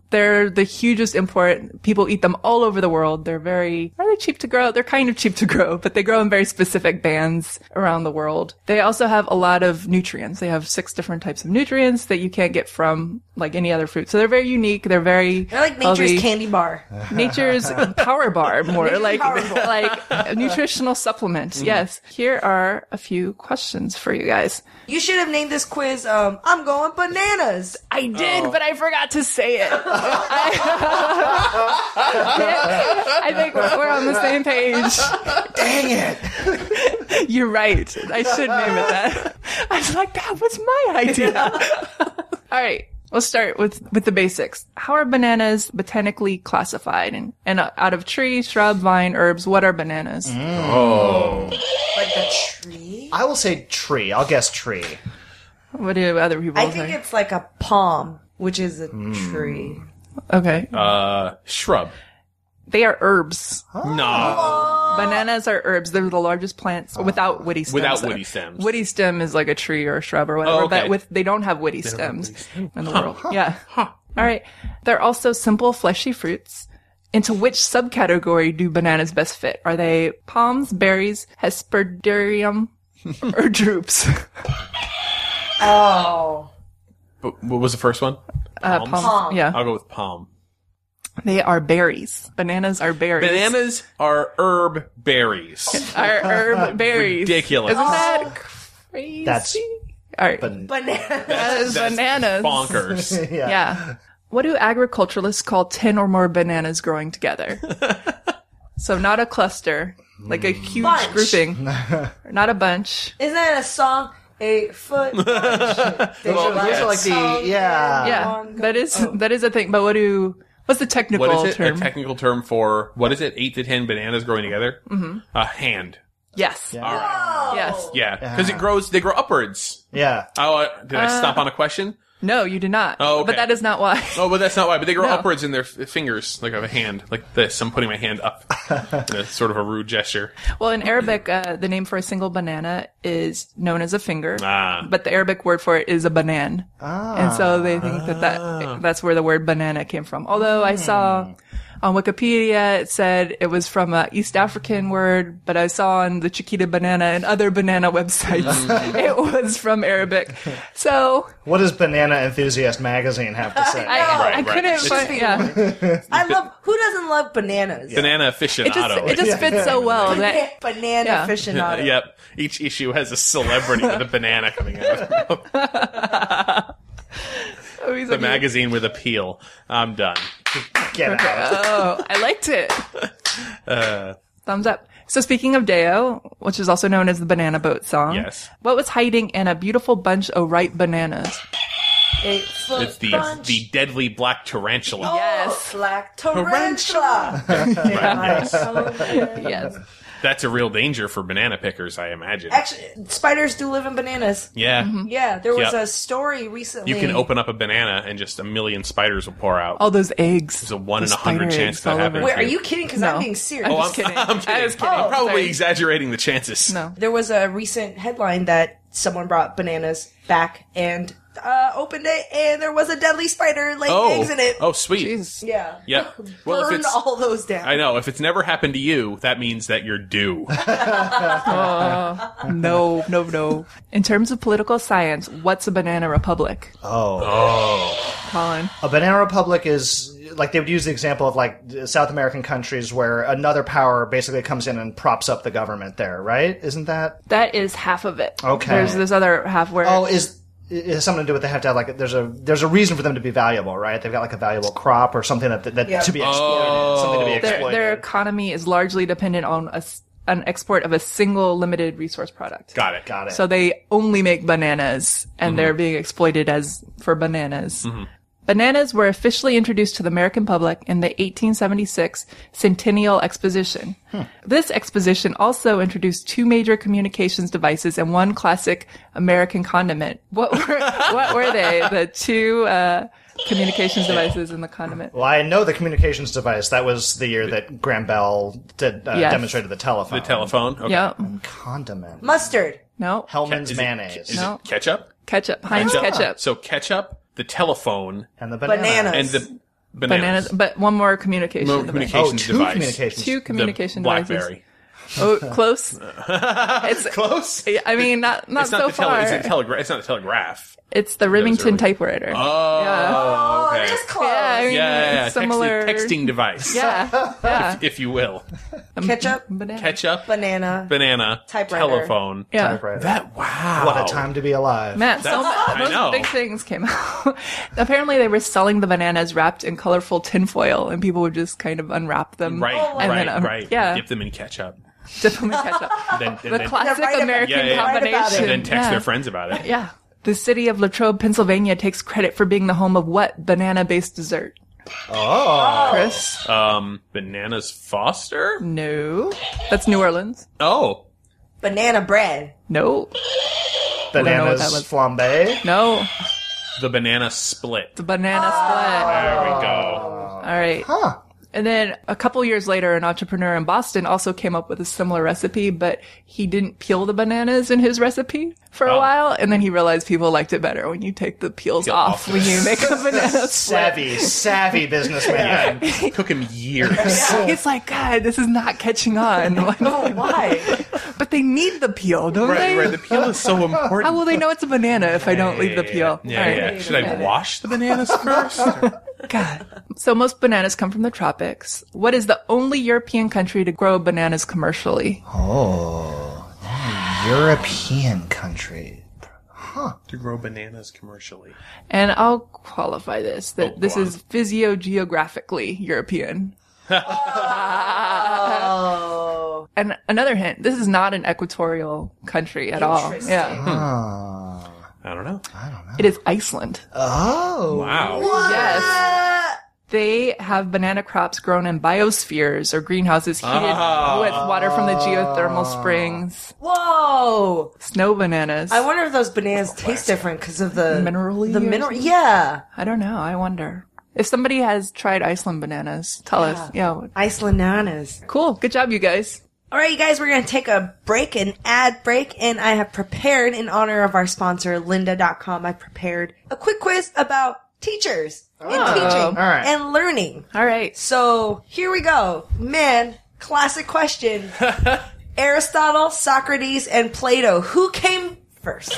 D: Like they're the hugest import. People eat them all over the world. They're very are they cheap to grow? They're kind of cheap to grow, but they grow in very specific bands around the world. They also have a lot of nutrients. They have six different types of nutrients that you can't get from like any other fruit. So they're very unique. They're very
B: they're like nature's
D: healthy
B: candy bar.
D: nature's power bar more
B: Nature's
D: like
B: power bar. Mm.
D: like a nutritional supplement yes here are a few questions for you guys
B: You should have named this quiz. Um, I'm going bananas.
D: i did but i forgot to say it I, I think we're on the same page
E: Dang it!
D: you're right i should name it that i was like that was my idea all right Let's start with, with the basics. How are bananas botanically classified? And, and out of tree, shrub, vine, herbs, what are bananas?
B: Like the tree.
E: I will say tree. I'll guess tree.
D: What do other people
B: I
D: say?
B: think it's like a palm, which is a
D: Hmm.
B: tree.
D: Okay.
C: Uh, shrub.
D: they are herbs.
B: Oh.
C: No,
D: Bananas are herbs. They're the largest plants without woody stems.
C: Oh. Without woody stems.
D: Woody stem is like a tree or a shrub or whatever,
C: Oh, okay.
D: but with they don't have woody stems in the world. Yeah. All right. They're also simple fleshy fruits. Into which subcategory do bananas best fit? Are they palms, berries, hesperidium, or drupes?
B: Oh,
C: But what was the first one?
D: Uh,
C: Palms?
D: palms. Yeah.
C: I'll go with palm.
D: They are berries. Bananas are berries.
C: Bananas are herb berries.
D: are herb berries.
C: Ridiculous.
D: Isn't that crazy?
E: That's
D: All right.
E: ban-
B: bananas.
D: Bananas, bananas.
C: Bonkers.
E: yeah.
D: Yeah. What do agriculturalists call 10 or more bananas growing together? so not a cluster, like
C: Hmm.
D: a huge
B: Bunch.
D: grouping. not a bunch.
B: Isn't that a song? Eight foot. well,
E: those are like the- yeah.
D: Yeah. That is that is a thing, but what do what's the technical
C: What is it?
D: term?
C: A technical term for what is it? Eight to ten bananas growing together. Mm-hmm. A hand.
D: yes.
C: All right.
D: Yes.
C: Yeah, because it grows. They grow upwards.
E: Yeah.
C: Oh, I- did I
D: Uh,
C: stop on a question?
D: No, you did not.
C: Oh, okay.
D: But that is not why.
C: Oh, but that's not why. But they grow
D: No.
C: upwards in their f- fingers, like of a hand, like this. I'm putting my hand up. That's sort of a rude gesture.
D: Well, in Arabic, uh, the name for a single banana is known as a finger,
C: Ah.
D: but the Arabic word for it is a banan. And so they think that,
C: Ah.
D: that that's where the word banana came from. Although I
C: Hmm.
D: saw on Wikipedia it said it was from a East African word, but I saw on the Chiquita Banana and other banana websites
C: Hmm.
D: it was from Arabic. So
E: What does Banana Enthusiast magazine have to say?
D: I, I
C: right.
D: couldn't
C: It's-
D: find, yeah.
B: I love. Who doesn't love bananas?
C: Banana
D: It just,
C: aficionado.
D: it just fits so well that
B: Banana
D: Yeah.
B: aficionado.
C: yep. Each issue has a celebrity with a banana coming out. of their mouth.
D: oh, he's
C: the
D: like,
C: magazine with a peel. I'm done.
E: Get out.
D: Oh, I liked it.
C: Uh,
D: Thumbs up. So speaking of Deo, which is also known as the Banana Boat song,
C: Yes.
D: what was hiding in a beautiful bunch of ripe bananas?
B: It's,
C: It's the the deadly black tarantula.
D: Yes.
B: Black tarantula.
D: Yes.
C: That's a real danger for banana pickers, I imagine.
B: Actually, spiders do live in bananas.
C: yeah.
D: mm-hmm.
B: Yeah, there was
C: Yep.
B: a story recently.
C: You can open up a banana and just a million spiders will pour out.
D: All those eggs.
C: There's a one
D: Those
C: in a hundred
D: spider
C: chance
D: eggs
C: that
D: all over
C: happens.
D: it.
B: Wait, are you kidding? Because
D: No.
B: I'm being serious.
C: Oh, I'm,
D: Just kidding.
C: I'm kidding.
D: I was kidding. Oh,
C: am probably
D: Sorry.
C: exaggerating the chances.
D: No.
B: There was a recent headline that someone brought bananas back and uh, opened it, and there was a deadly spider laying
C: Oh.
B: eggs in it.
C: Oh, sweet.
D: Jeez.
B: Yeah.
C: Yeah. Well, if
B: Burned
C: it's
B: all those down.
C: I know if it's never happened to you, that means that you're due.
D: No, no, no. In terms of political science, what's a banana republic?
E: Oh.
D: Colin.
E: A Banana Republic is like they would use the example of like South American countries where another power basically comes in and props up the government there, right? Isn't that?
D: That is half of it.
E: Okay.
D: There's this other half where
E: Oh, is it has something to do with they have to have like there's a there's a reason for them to be valuable, right? They've got like a valuable crop or something that, that
B: Yeah.
E: to be exploited, something to be
D: their,
E: exploited.
D: their economy is largely dependent on a s an export of a single limited resource product.
C: Got it.
E: Got it.
D: So they only make bananas and they're being exploited as for bananas.
C: Mm-hmm.
D: Bananas were officially introduced to the American public in the 1876 Centennial Exposition.
C: Hmm.
D: This exposition also introduced two major communications devices and one classic American condiment. What were, what were they? The two, uh, communications devices and the condiment.
E: well, I know the communications device. That was the year that Graham Bell did, uh,
D: Yes.
E: demonstrated the telephone.
C: The telephone. Okay.
D: Yeah.
E: condiment.
B: Mustard.
D: No.
E: Hellman's
C: Is it-
E: mayonnaise
C: is it
D: No.
C: ketchup?
D: Ketchup. Heinz ketchup.
C: So ketchup, the telephone,
E: and the banana.
B: Bananas.
C: and the bananas.
D: Bananas, but one more communication.
C: Mo-
D: device.
E: Oh,
C: communications
E: two
C: device.
E: communications.
D: Two communication
C: the
D: devices.
C: BlackBerry.
D: Oh, close. it's,
C: Close.
D: Yeah, I mean, not not
C: It's not
D: so
C: the
D: far.
C: tele- it's, a telegra- it's not the telegraph.
D: It's the Remington
C: early.
D: typewriter.
C: Oh,
D: Yeah.
C: okay.
B: Oh, this close.
D: yeah, I
C: yeah,
D: mean,
C: yeah, yeah. Text-
D: similar.
C: texting device,
D: Yeah, yeah.
C: if you will.
B: Ketchup,
D: Banana.
C: Ketchup,
B: banana.
C: banana,
B: Typewriter.
C: telephone.
D: Yeah.
E: Typewriter.
C: That wow.
E: What a time to be alive.
D: Matt, so
C: That's-
D: mu-
C: I
D: those
C: know.
D: big things came out. Apparently, they were selling the bananas wrapped in colorful tinfoil, and people would just kind of unwrap them,
C: Right,
D: And
C: right,
D: then, um,
C: right.
D: yeah.
C: Dip them in ketchup.
D: Dip them in ketchup.
C: Then, then,
D: the
C: then-
D: classic
B: They're right about-
D: American
C: yeah, yeah, yeah.
B: Right about it.
D: combination.
C: and then text
D: yeah.
C: their friends about it.
D: Yeah. The city of Latrobe, Pennsylvania, takes credit for being the home of what banana-based dessert?
E: Oh,
D: Chris?
C: Um, bananas Foster.
D: No. That's New Orleans.
C: Oh,
B: Banana bread.
D: No. know what
E: bananas
D: that was.
E: flambe.
D: No.
C: the banana split.
D: The banana split.
C: There we go.
D: All right.
E: Huh.
D: And then a couple years later, an entrepreneur in Boston also came up with a similar recipe, but he didn't peel the bananas in his recipe for
C: Oh.
D: a while. And then he realized people liked it better when you take the peels
C: Peel off.
D: off when you make a banana split.
E: Savvy, savvy businessman.
C: Took him years.
D: He's like, God, this is not catching on. Like,
B: Why?
D: but they need the peel, don't
C: Oh, right,
D: they?
C: right. The peel is so important.
D: How will they know it's a banana if I don't leave the peel?
C: Yeah,
D: All right.
C: yeah. Should I wash the bananas first?
D: God. So most bananas come from the tropics. What is the only European country to grow bananas commercially?
E: Oh, European country.
C: to grow bananas commercially.
D: And I'll qualify this that
C: Oh,
D: this
C: go on.
D: is physiogeographically European.
B: Oh,
D: And another hint, this is not an equatorial country at all.
B: Interesting.
D: Yeah.
C: I don't know.
D: It is Iceland.
E: Oh,
C: Wow.
B: Uh,
D: Yes. They have banana crops grown in biospheres or greenhouses heated
C: Ah.
D: with water from the geothermal springs.
B: Whoa!
D: Snow bananas.
B: I wonder if those bananas taste different because of the
D: Minerally
B: The
D: or
B: mineral,
D: something?
B: yeah.
D: I don't know. I wonder. If somebody has tried Iceland bananas, tell us. Yeah.
B: Iceland nanas.
D: Cool. Good job, you guys.
B: All right, you guys, we're going to take a break, an ad break, and I have prepared in honor of our sponsor, lynda.com. I prepared a quick quiz about teachers and
D: Oh,
B: teaching
E: right.
B: and learning.
D: All right.
B: So here we go. Man, classic question. Aristotle, Socrates, and Plato. Who came first?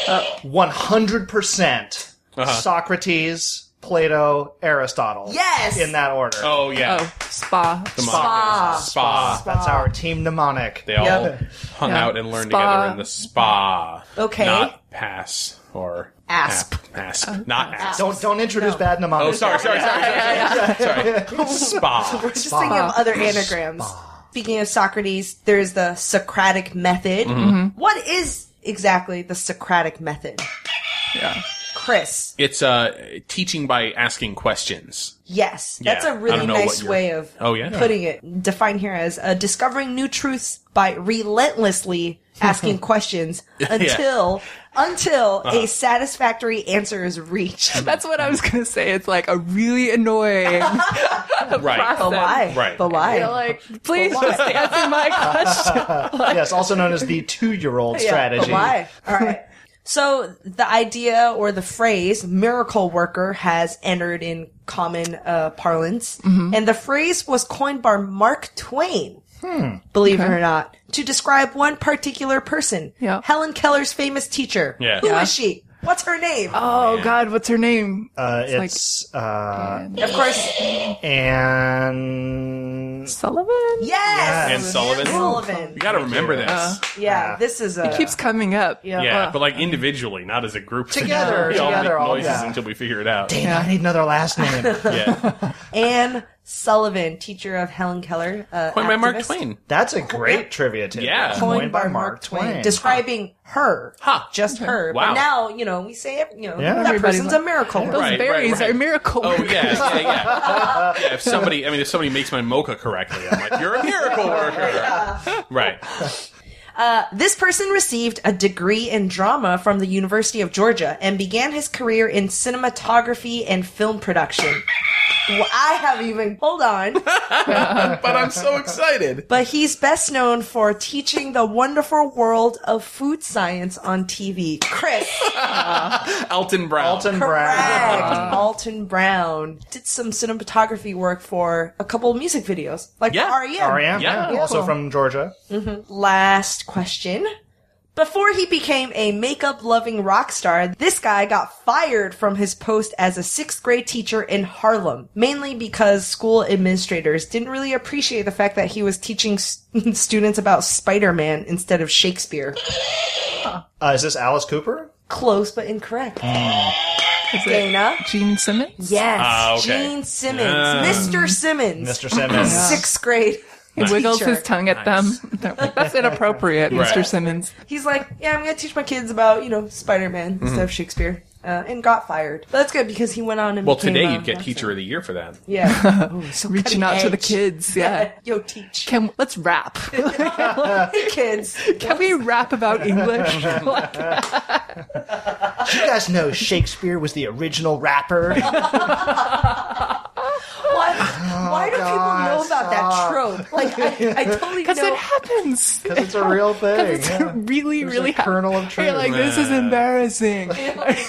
E: 100% percent
C: Uh-huh.
E: Socrates, Plato, Aristotle.
B: Yes!
E: In that order.
C: Oh yeah,
D: Oh, spa.
C: spa. spa.
E: That's our team mnemonic.
C: They all
B: Yeah.
C: hung
D: Yeah.
C: out and learned
D: Spa.
C: together in the spa.
B: Okay.
C: Not pass or
B: Asp.
C: ap- Asp. Not asp.
E: Don't don't introduce bad
C: Oh,
E: mnemonics.
C: sorry, sorry, sorry, sorry, sorry. Spa.
B: Just thinking of other anagrams. Speaking of Socrates, there's the Socratic method.
C: Mm-hmm.
D: Mm-hmm.
B: What is exactly the Socratic method?
D: Yeah.
B: Chris.
C: It's uh teaching by asking questions.
B: Yes,
C: Yeah,
B: that's a
C: I
B: really
C: don't know what
B: nice
C: you're-
B: way of
C: Oh, yeah.
B: putting it. Defined here as uh, discovering new truths by relentlessly asking questions until until
C: Uh-huh.
B: a satisfactory answer is reached.
D: That's what I was going to say. It's like a really annoying
C: Right.
B: But why?
C: Right.
B: But why?
D: You're like, please just answer Oh, my question. Like,
E: Yes, also known as the two-year-old strategy.
B: But why? All right. So the idea or the phrase "miracle worker" has entered in common uh, parlance,
D: Mm-hmm.
B: and the phrase was coined by Mark Twain.
C: Hmm.
B: Believe it or not, to describe one particular person,
D: Yeah.
B: Helen Keller's famous teacher.
C: Yeah.
B: Who
C: Yeah.
B: is she? What's her name?
D: oh God, what's her name?
E: Uh,
D: like-
E: it's uh,
B: of course,
E: and
D: Sullivan.
B: yes,
C: And Sullivan.
B: Anne
C: You
B: Sullivan.
C: got to remember this.
E: Uh-huh.
B: Yeah, this is a
D: Keeps coming up.
B: Yeah.
C: yeah, but like individually, not as a group.
E: Together,
C: we all
E: together,
C: make
E: all-
C: noises
E: yeah.
C: until we figure it out.
E: Dang, I need another last name.
C: Yeah,
B: Anne Sullivan, teacher of Helen Keller. Uh,
C: coined by Mark
B: activist.
C: Twain.
E: That's a great trivia tip.
C: Yeah.
B: coined, by, Mark Twain, describing her,
C: Huh.
B: just her.
C: Wow.
B: But now you know we say it, you know
E: Yeah.
B: that
D: Everybody
B: person's
D: like-
B: a miracle.
D: Those
C: Right, right,
D: berries
C: right.
D: are miracle.
C: Oh
D: workers.
C: yeah, yeah, yeah. yeah. If somebody, I mean, if somebody makes my mocha correctly, I'm like, you're a miracle worker. Right.
B: This person received a degree in drama from the University of Georgia and began his career in cinematography and film production. well, I have even hold on,
C: But I'm so excited.
B: but he's best known for teaching the wonderful world of food science on TV. Chris.
C: Elton Brown.
E: Alton Brown.
B: Correct. Alton Brown did some cinematography work for a couple of music videos, like E
C: Yeah.
B: R.E.M.
E: R.E.M.
C: Yeah.
E: Yeah. Also from Georgia.
B: Last question. Before he became a makeup loving rock star, this guy got fired from his post as a sixth grade teacher in Harlem, mainly because school administrators didn't really appreciate the fact that he was teaching s- students about Spider Man instead of Shakespeare.
E: Uh, is this Alice Cooper?
B: Close but incorrect.
D: Is it
B: Dana?
D: Gene Simmons.
B: Yes.
C: Ah, okay.
B: Gene Simmons.
C: Yeah.
B: Mr. Simmons.
E: Mr. Simmons.
B: sixth grade.
D: He wiggles
B: teacher.
D: his tongue at them. They're like, That's inappropriate, Mr. Simmons.
B: He's like, yeah, I'm gonna teach my kids about you know Spider Man
C: Mm-hmm.
B: instead of Shakespeare, uh, and got fired. But that's good because he went on and
C: Well,
B: became,
C: today
B: uh,
C: you'd get
B: a
C: teacher of the year for that.
B: Yeah,
D: Reaching out to the
B: edge.
D: kids. Yeah.
B: yo, teach
D: Can let's rap.
B: kids.
D: Can we rap about English? Like,
E: Do you guys know Shakespeare was the original rapper?
B: What?
C: Oh,
B: Why do people know
E: God,
B: about that trope? Like, I, I totally
D: Because
B: know.
D: it happens.
E: Because it's a real thing.
D: It's
E: Yeah.
D: really,
E: There's
D: really
E: a kernel of truth.
D: You're like, this is embarrassing.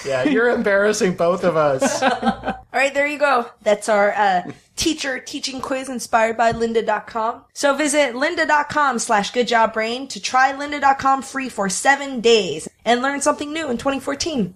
E: yeah, you're embarrassing both of us.
B: All right, there you go. That's our uh, teacher teaching quiz inspired by lynda.com. So visit lynda.com slash good job brain to try lynda.com free for seven days and learn something new in 2014.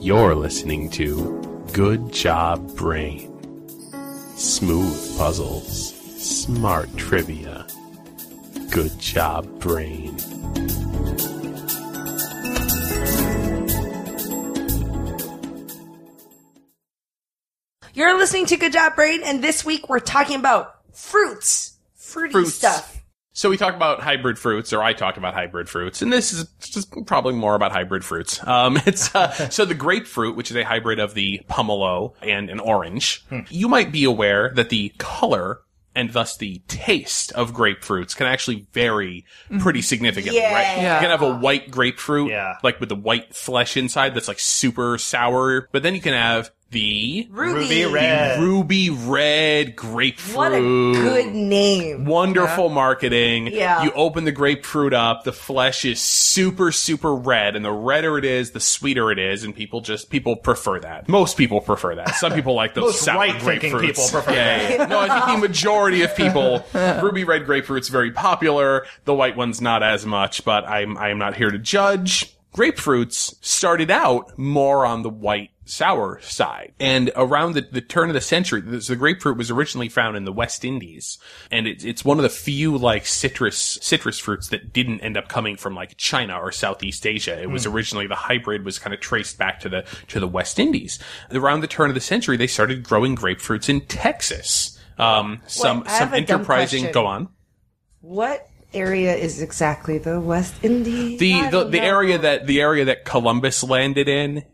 H: You're listening to Good Job Brain. Smooth puzzles, smart trivia. Good Job Brain.
B: You're listening to Good Job Brain, and this week we're talking about fruits, fruity
C: Fruits.
B: stuff.
C: So we talked about hybrid fruits, or I talked about hybrid fruits, and this is just probably more about hybrid fruits. Um, it's uh, so the grapefruit, which is a hybrid of the pomelo and an orange. You might be aware that the color and thus the taste of grapefruits can actually vary pretty significantly.
B: Yeah.
C: Right?
D: Yeah.
C: You can have a white grapefruit,
E: Yeah.
C: like with the white flesh inside, that's like super sour, but then you can have the
B: Ruby.
E: Ruby red.
C: ruby red grapefruit.
B: What a good name.
C: Wonderful marketing.
B: Yeah.
C: You open the grapefruit up, the flesh is super, super red, and the redder it is, the sweeter it is, and people just people prefer that. Most people prefer that. Some people like those
E: Most
C: sour
E: right-thinking
C: grapefruits.
E: people prefer
C: yeah, yeah, yeah. No, I think the majority of people ruby red grapefruit's very popular. The white one's not as much, but I'm I am not here to judge. Grapefruits started out more on the white sour side. And around the, the turn of the century, this, the grapefruit was originally found in the West Indies. And it, it's one of the few like citrus, citrus fruits that didn't end up coming from like China or Southeast Asia. It
B: Hmm.
C: was originally the hybrid was kind of traced back to the, to the West Indies. Around the turn of the century, they started growing grapefruits in Texas. Um, some,
B: I have
C: some
B: a dumb
C: enterprising,
B: question.
C: go on.
B: What area is exactly the West Indies?
C: The,
B: I
C: the,
B: don't
C: the
B: know.
C: area that, the area that Columbus landed in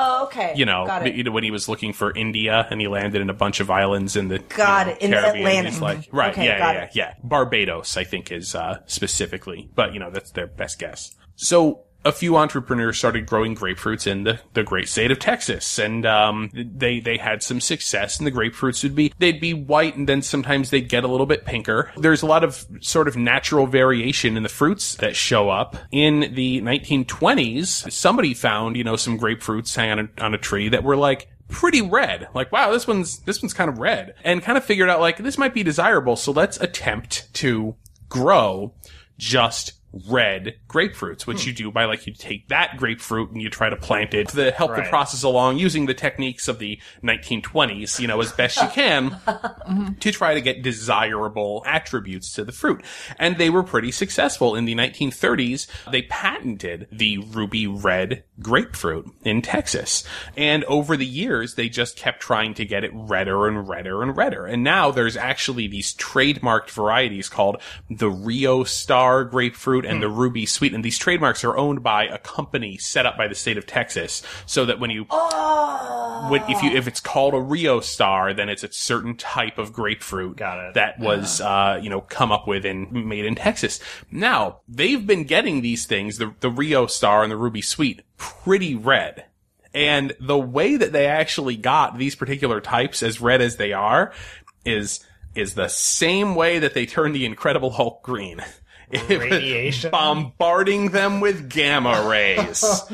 B: Oh, okay.
C: you know,
B: Got it.
C: you know, when he was looking for India and he landed in a bunch of islands in the
B: Got
C: you know,
B: it, in the
C: Caribbean.
B: Atlantic.
C: He's like, right,
B: Okay,
C: yeah,
B: got
C: yeah,
B: it.
C: yeah. Barbados, I think, is uh, specifically, but you know, that's their best guess. So. A few entrepreneurs started growing grapefruits in the, the great state of Texas, and um, they they had some success. And the grapefruits would be they'd be white, and then sometimes they'd get a little bit pinker. There's a lot of sort of natural variation in the fruits that show up. In the 1920s, somebody found you know some grapefruits hanging on a, on a tree that were like pretty red. Like, wow, this one's this one's kind of red, and kind of figured out like this might be desirable. So let's attempt to grow just red grapefruits, which you do by like you take that grapefruit and you try to plant it to help the
E: Right.
C: process along using the techniques of the 1920s, you know, as best you can to try to get desirable attributes to the fruit. And they were pretty successful. In the 1930s, they patented the ruby red grapefruit in Texas. And over the years, they just kept trying to get it redder and redder and redder. And now there's actually these trademarked varieties called the Rio Star grapefruit and the Ruby Sweet. And these trademarks are owned by a company set up by the state of Texas so that when you when, if you if it's called a Rio Star, then it's a certain type of grapefruit
E: Got it.
C: that was uh, you know come up with and made in Texas. Now they've been getting these things, the the Rio Star and the Ruby Sweet, pretty red. And the way that they actually got these particular types as red as they are is is the same way that they turned the Incredible Hulk green. It was
E: Radiation?
C: bombarding them with gamma rays.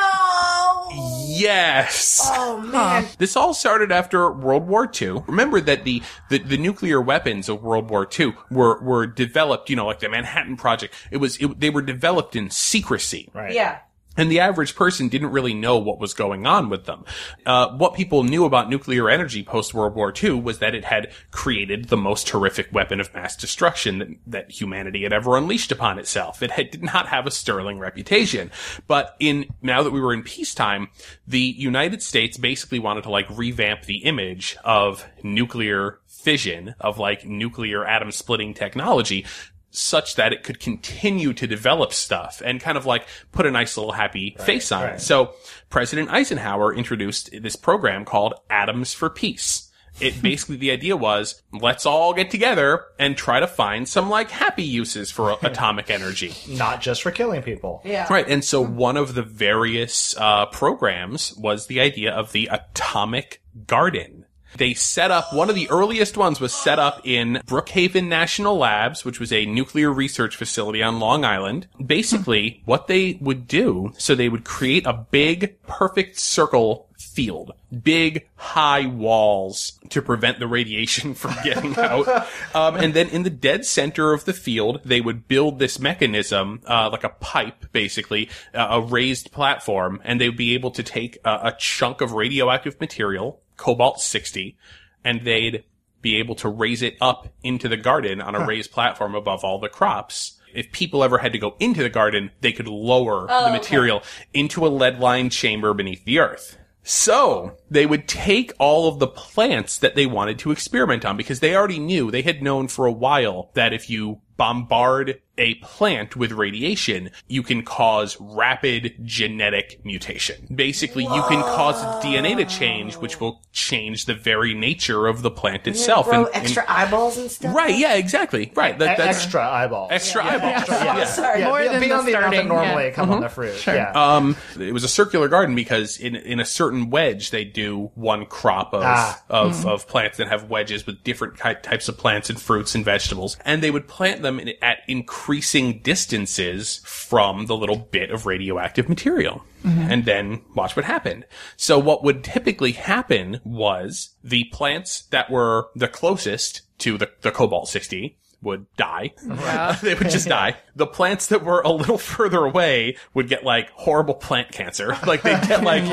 B: No!
C: yes.
B: Oh, man.
C: This all started after World War II. Remember that the, the, the nuclear weapons of World War II were, were developed, you know, like the Manhattan Project. It was, it, they were developed in secrecy.
E: Right.
B: Yeah.
C: And the average person didn't really know what was going on with them. Uh, what people knew about nuclear energy post World War II was that it had created the most horrific weapon of mass destruction that, that humanity had ever unleashed upon itself. It had, did not have a sterling reputation. But in now that we were in peacetime, the United States basically wanted to like revamp the image of nuclear fission, of like nuclear atom splitting technology such that it could continue to develop stuff and kind of like put a nice little happy face on it. So President Eisenhower introduced this program called Atoms for Peace. It basically the idea was let's all get together and try to find some like happy uses for atomic energy.
E: Not just for killing people. E- Yeah.
C: Right. And so one of the various uh, programs was the idea of the Atomic Garden. They set up, one of the earliest ones was set up in Brookhaven National Labs, which was a nuclear research facility on Long Island. Basically, what they would do, so they would create a big, perfect circle field, big high walls to prevent the radiation from getting out. Um, and then in the dead center of the field, they would build this mechanism, uh, like a pipe, basically, uh, a raised platform, and they would be able to take uh, a, a chunk of radioactive material, cobalt 60, and they'd be able to raise it up into the garden on a raised platform above all the crops. If people ever had to go into the garden, they could lower the material into a lead lined chamber beneath the earth. So they would take all of the plants that they wanted to experiment on because they already knew, they had known for a while that if you bombard a plant with radiation, you can cause rapid genetic mutation. Basically, you can cause its DNA to change, which will change the very nature of the plant itself.
B: Grow
C: and- and-
B: extra eyeballs and stuff.
C: right, yeah, exactly. Right. That, that's
E: E-, extra eyeball.
C: extra eyeballs.
E: Yeah.
B: Sorry.
E: Yeah,
D: More
E: be-
D: than the
E: beyond the amount that
D: starting,
E: normally
D: yeah.
E: come on the fruit. Yeah.
C: Um, it was a circular garden because in in a certain wedge they do one crop of
E: Ah.
C: of, of plants and have wedges with different ki- types of plants and fruits and vegetables, and they would plant them in, at increasing distances from the little bit of radioactive material, and then watch what happened. So what would typically happen was the plants that were the closest to the the cobalt sixty would die. they would just die. The plants that were a little further away would get like horrible plant cancer. Like they'd get like